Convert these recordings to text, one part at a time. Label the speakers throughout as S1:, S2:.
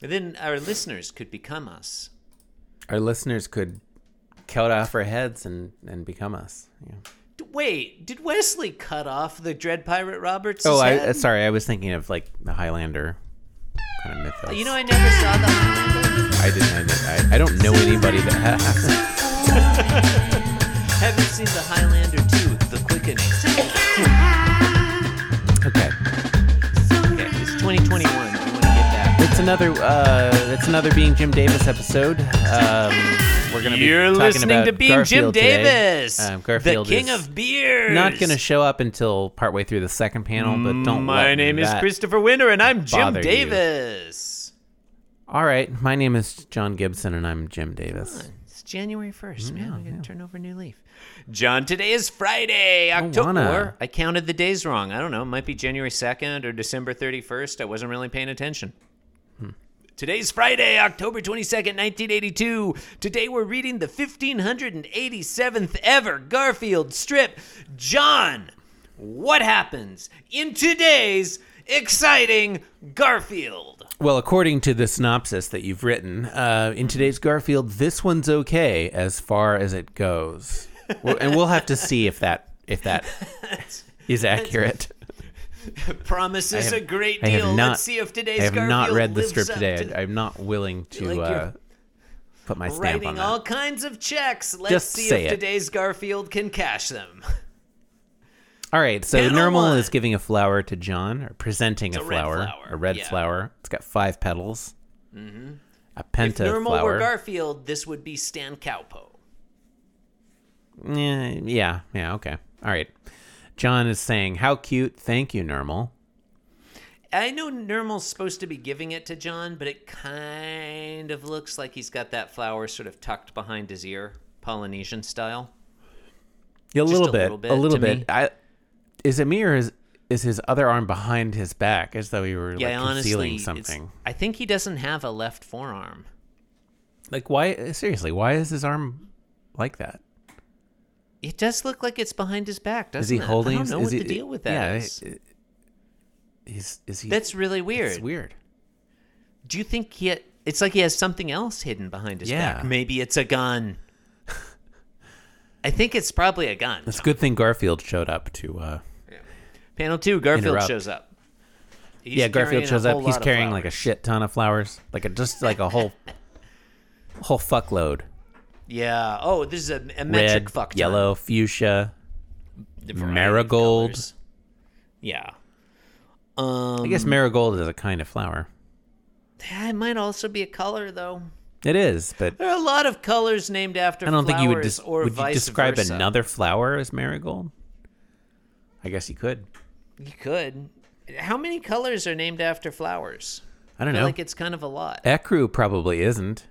S1: And then our listeners could become us.
S2: Our listeners could cut off our heads and, and become us. Yeah.
S1: D- Wait, did Wesley cut off the Dread Pirate Roberts?
S2: Oh, I
S1: head?
S2: uh, sorry. I was thinking of like the Highlander kind of mythos.
S1: You know, I never saw the.
S2: I didn't. I, didn't- I, I don't know anybody that has.
S1: Haven't seen the Highlander 2, The Quickening.
S2: Okay,
S1: Okay, it's 2021. You want to get that?
S2: it's another. Uh, it's another being Jim Davis episode. Um, we're gonna
S1: You're
S2: be talking
S1: listening
S2: about
S1: to Being
S2: Garfield
S1: Jim
S2: today.
S1: Davis,
S2: Um, Garfield
S1: the king
S2: is
S1: of beers.
S2: Not gonna show up until partway through the second panel, but don't.
S1: My
S2: let
S1: name is
S2: that-
S1: Christopher Winter, and I'm Jim
S2: bother you.
S1: Davis.
S2: All right, my name is John Gibson, and I'm Jim Davis.
S1: It's January 1st, man. We're going to turn over a new leaf. Mm, John, today is Friday,
S2: wanna.
S1: October. I counted the days wrong. I don't know. It might be January 2nd or December 31st. I wasn't really paying attention.
S2: Hmm.
S1: Today's Friday, October 22nd, 1982. Today we're reading the 1587th ever Garfield strip. John, what happens in today's exciting Garfield?
S2: Well, according to the synopsis that you've written uh, in today's
S1: Mm-hmm.
S2: Garfield, this one's okay as far as it goes, well, and we'll have to see if that if that is accurate.
S1: Promises
S2: have-
S1: a great
S2: I have
S1: deal.
S2: not-
S1: Let's see if today's
S2: I have
S1: Garfield
S2: not read the
S1: lives
S2: strip
S1: up
S2: today.
S1: to
S2: I, I'm not willing to
S1: Like you're
S2: uh, put my stamp on
S1: writing
S2: that.
S1: all kinds of checks. Let's
S2: Just
S1: see
S2: say
S1: if
S2: it.
S1: today's Garfield can cash them.
S2: all right, so
S1: Petal
S2: Normal
S1: one.
S2: is giving a flower to John, or presenting a,
S1: a red
S2: flower,
S1: flower,
S2: a red
S1: yeah.
S2: flower. It's got five petals, mm-hmm. a
S1: If
S2: penta
S1: Normal
S2: flower.
S1: were Garfield, this would be Stan Cowpo.
S2: Yeah, yeah, yeah, okay. All right. John is saying, How cute. Thank you, Normal.
S1: I know Normal's supposed to be giving it to John, but it kind of looks like he's got that flower sort of tucked behind his ear, Polynesian style.
S2: Yeah, a
S1: Just
S2: little
S1: a
S2: bit.
S1: little bit
S2: a little
S1: to
S2: bit.
S1: me.
S2: I, is it me or is, is his other arm behind his back as though he were like,
S1: Yeah, honestly,
S2: concealing
S1: it's-
S2: something?
S1: I think he doesn't have a left forearm.
S2: Like, why? Seriously, why is his arm like that?
S1: It does look like it's behind his back, doesn't
S2: Is he
S1: it?
S2: holding?
S1: I don't know
S2: is
S1: what
S2: he,
S1: the deal with that
S2: Yeah,
S1: is.
S2: it- he's- is he?
S1: That's really weird.
S2: It's weird.
S1: Do you think he? ha- it's like he has something else hidden behind his
S2: Yeah.
S1: back. Maybe it's a gun. I think it's probably a gun.
S2: It's a good thing Garfield showed up to. Uh,
S1: Panel two, Garfield
S2: Interrupt.
S1: shows up. He's
S2: yeah, Garfield
S1: carrying a
S2: shows up.
S1: whole
S2: He's
S1: lot of
S2: carrying like a
S1: flowers.
S2: shit ton of flowers, like a just like a whole, whole fuckload.
S1: Yeah. Oh, this is a, a metric
S2: Red,
S1: fuck. ton.
S2: yellow, fuchsia.
S1: The variety of
S2: marigold.
S1: colors. Yeah. Um,
S2: I guess marigold is a kind of flower.
S1: it might also be a color though.
S2: It is, but
S1: There are a lot of colors named after.
S2: I don't think you would
S1: flowers
S2: des-
S1: or
S2: would you
S1: vice
S2: describe
S1: versa.
S2: another flower as marigold. I guess you could.
S1: You could. How many colors are named after flowers?
S2: I don't
S1: I
S2: know.
S1: feel like it's kind of a lot.
S2: Ecru probably isn't.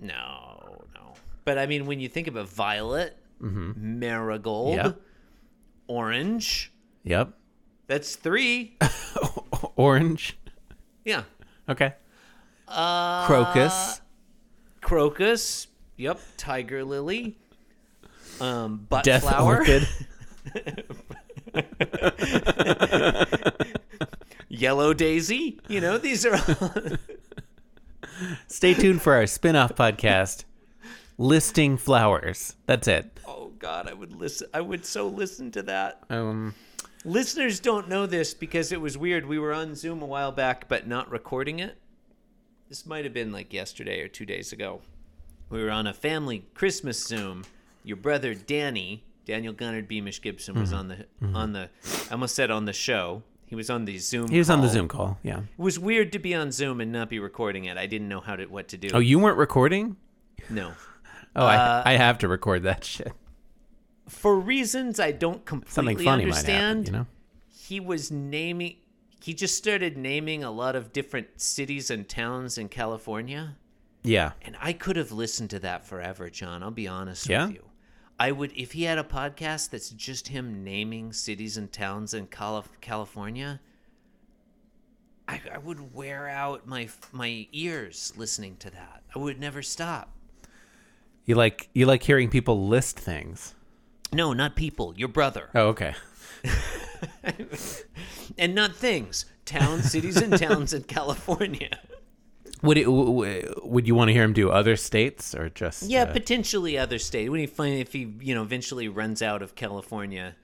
S1: No, no. But I mean, when you think of a violet,
S2: Mm-hmm.
S1: marigold,
S2: Yep.
S1: orange,
S2: Yep.
S1: that's three.
S2: Orange.
S1: yeah.
S2: Okay. Uh, Crocus.
S1: Crocus. Yep. Tiger lily. Um, butt
S2: Death
S1: flower.
S2: orchid.
S1: Yellow daisy. You know, these are all.
S2: Stay tuned for our spin-off podcast, listing flowers. That's it.
S1: oh, God. I would listen. I would so listen to that.
S2: Um,
S1: Listeners don't know this because it was weird. We were on Zoom a while back, but not recording it. This might have been like yesterday or two days ago. We were on a family Christmas Zoom. Your brother Danny, Daniel Gunnard Beamish Gibson,
S2: Mm-hmm.
S1: was on the on the. I almost said on the show. He was on the Zoom.
S2: he was on the
S1: call.
S2: Zoom call. Yeah.
S1: It was weird to be on Zoom and not be recording it. I didn't know how to what to do.
S2: Oh, you weren't recording?
S1: no.
S2: Oh,
S1: Uh,
S2: I, I have to record that shit.
S1: For reasons I don't completely
S2: Something funny
S1: understand,
S2: might happen. You know.
S1: he was naming he just started naming a lot of different cities and towns in California
S2: Yeah.
S1: and I could have listened to that forever John I'll be honest
S2: Yeah?
S1: with you I would if he had a podcast that's just him naming cities and towns in Cali- California I, I would wear out my my ears listening to that I would never stop
S2: You like you like hearing people list things.
S1: no not people your brother
S2: Oh, okay.
S1: and not things towns cities and towns in California
S2: Would it, w- w- would you want to hear him do other states or just
S1: Yeah,
S2: uh,
S1: potentially other state. When he find if he you know eventually runs out of California,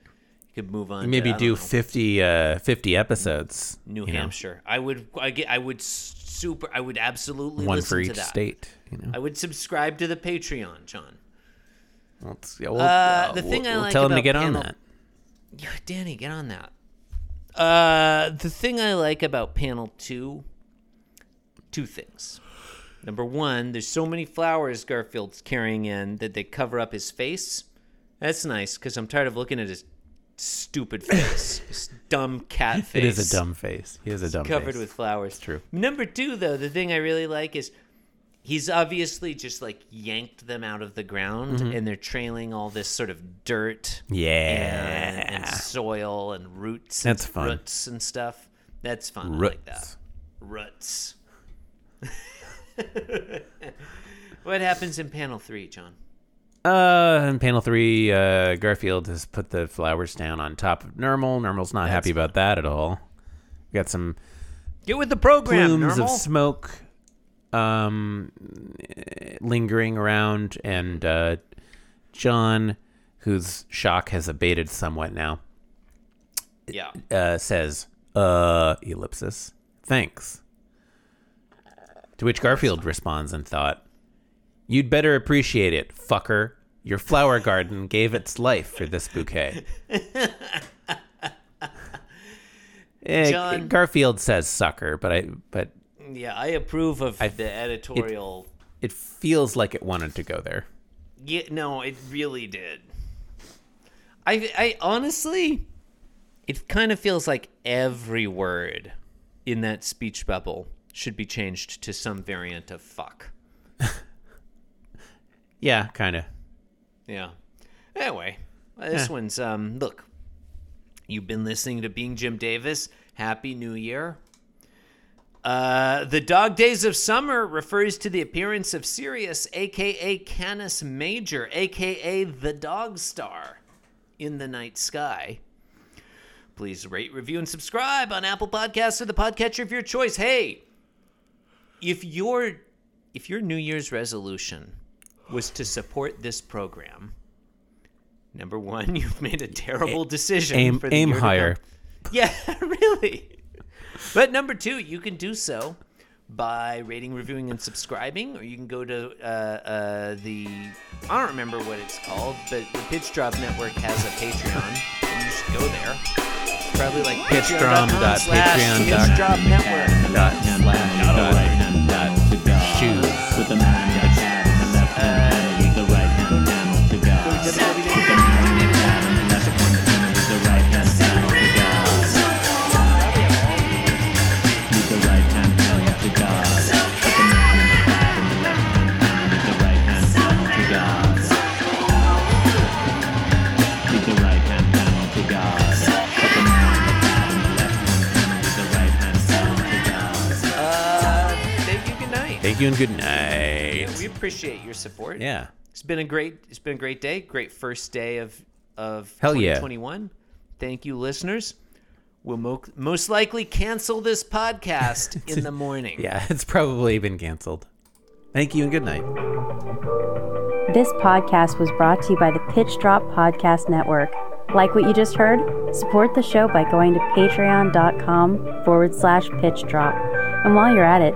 S1: he could move on. to,
S2: maybe
S1: I don't
S2: do
S1: know,
S2: 50, uh, 50 episodes?
S1: New
S2: you know,
S1: Hampshire. I would I get I would super I would absolutely
S2: one
S1: listen
S2: for
S1: to
S2: each
S1: that.
S2: state. You know,
S1: I would subscribe to the Patreon, John.
S2: Well, it's- yeah, we'll,
S1: Uh, the
S2: we'll-
S1: thing I
S2: we'll
S1: like
S2: tell him to
S1: about
S2: get
S1: panel-
S2: on that.
S1: Yeah, Danny, get on that. Uh, the thing I like about panel two, two things. Number one, there's so many flowers Garfield's carrying in that they cover up his face. That's nice because I'm tired of looking at his stupid face, his dumb cat face.
S2: It is a dumb face. He is a dumb
S1: covered
S2: face.
S1: with flowers.
S2: true.
S1: Number two, though, the thing I really like is he's obviously just like yanked them out of the ground,
S2: Mm-hmm.
S1: and they're trailing all this sort of dirt
S2: yeah.
S1: and, and soil and roots.
S2: That's
S1: and
S2: fun.
S1: Roots and stuff. That's fun. I like that. Roots.
S2: Roots.
S1: what happens in panel three, John?
S2: Uh, in panel three, uh, Garfield has put the flowers down on top of Normal. Normal's not happy about that at all. We got some
S1: Get with the program,
S2: plumes
S1: normal.
S2: of smoke um, eh, lingering around, and uh, John, whose shock has abated somewhat now,
S1: yeah.
S2: uh, says, "Uh, ellipsis, thanks." To which Garfield responds in thought, "You'd better appreciate it, fucker. Your flower garden gave its life for this bouquet." Eh,
S1: John-
S2: Garfield says "sucker," but I but
S1: Yeah, I approve of the editorial.
S2: it feels like it wanted to go there.
S1: Yeah, no, it really did. I, I honestly, it kind of feels like every word in that speech bubble should be changed to some variant of fuck.
S2: Yeah, kind of.
S1: Yeah. Anyway, this one's um. Look, you've been listening to Being Jim Davis. Happy New Year. Uh, the Dog Days of Summer refers to the appearance of Sirius, aka Canis Major, aka the Dog Star, in the night sky. Please rate, review, and subscribe on Apple Podcasts or the podcatcher of your choice. Hey, if your if your New Year's resolution was to support this program, number one, you've made a terrible decision.
S2: Aim
S1: for the
S2: aim
S1: year to come.
S2: higher.
S1: Yeah, really. But number two, you can do so by rating, reviewing, and subscribing, or you can go to uh, uh, the I don't remember what it's called, but the Pitch Drop Network has a Patreon. and you should go there. It's probably like
S2: Pitchdrum
S1: patreon.com
S2: dot
S1: slash
S2: Patreon dot-
S1: Pitch Drop Network.
S2: Dot slash dot shoes.
S3: With the man in the cat and the left hand panel, with the right hand panel to God. With the man in the cat and the left hand panel, with the right hand panel to God. With the right hand panel to God. With the man in the cat and the left hand panel, with the right hand panel to God. With the right hand panel to God. With the man in the cat and the left hand panel, with the right hand panel to God.
S1: Uh, thank you. Good night.
S2: Thank you and good night.
S1: We appreciate your support.
S2: Yeah.
S1: It's been a great it's been a great day. Great first day of of
S2: Hell yeah.
S1: 2021. Thank you listeners. We'll mo- most likely cancel this podcast in the morning.
S2: Yeah, it's probably been canceled. Thank you and good night.
S4: This podcast was brought to you by the Pitch Drop Podcast Network. Like what you just heard? Support the show by going to patreon.com forward slash pitch drop. And while you're at it,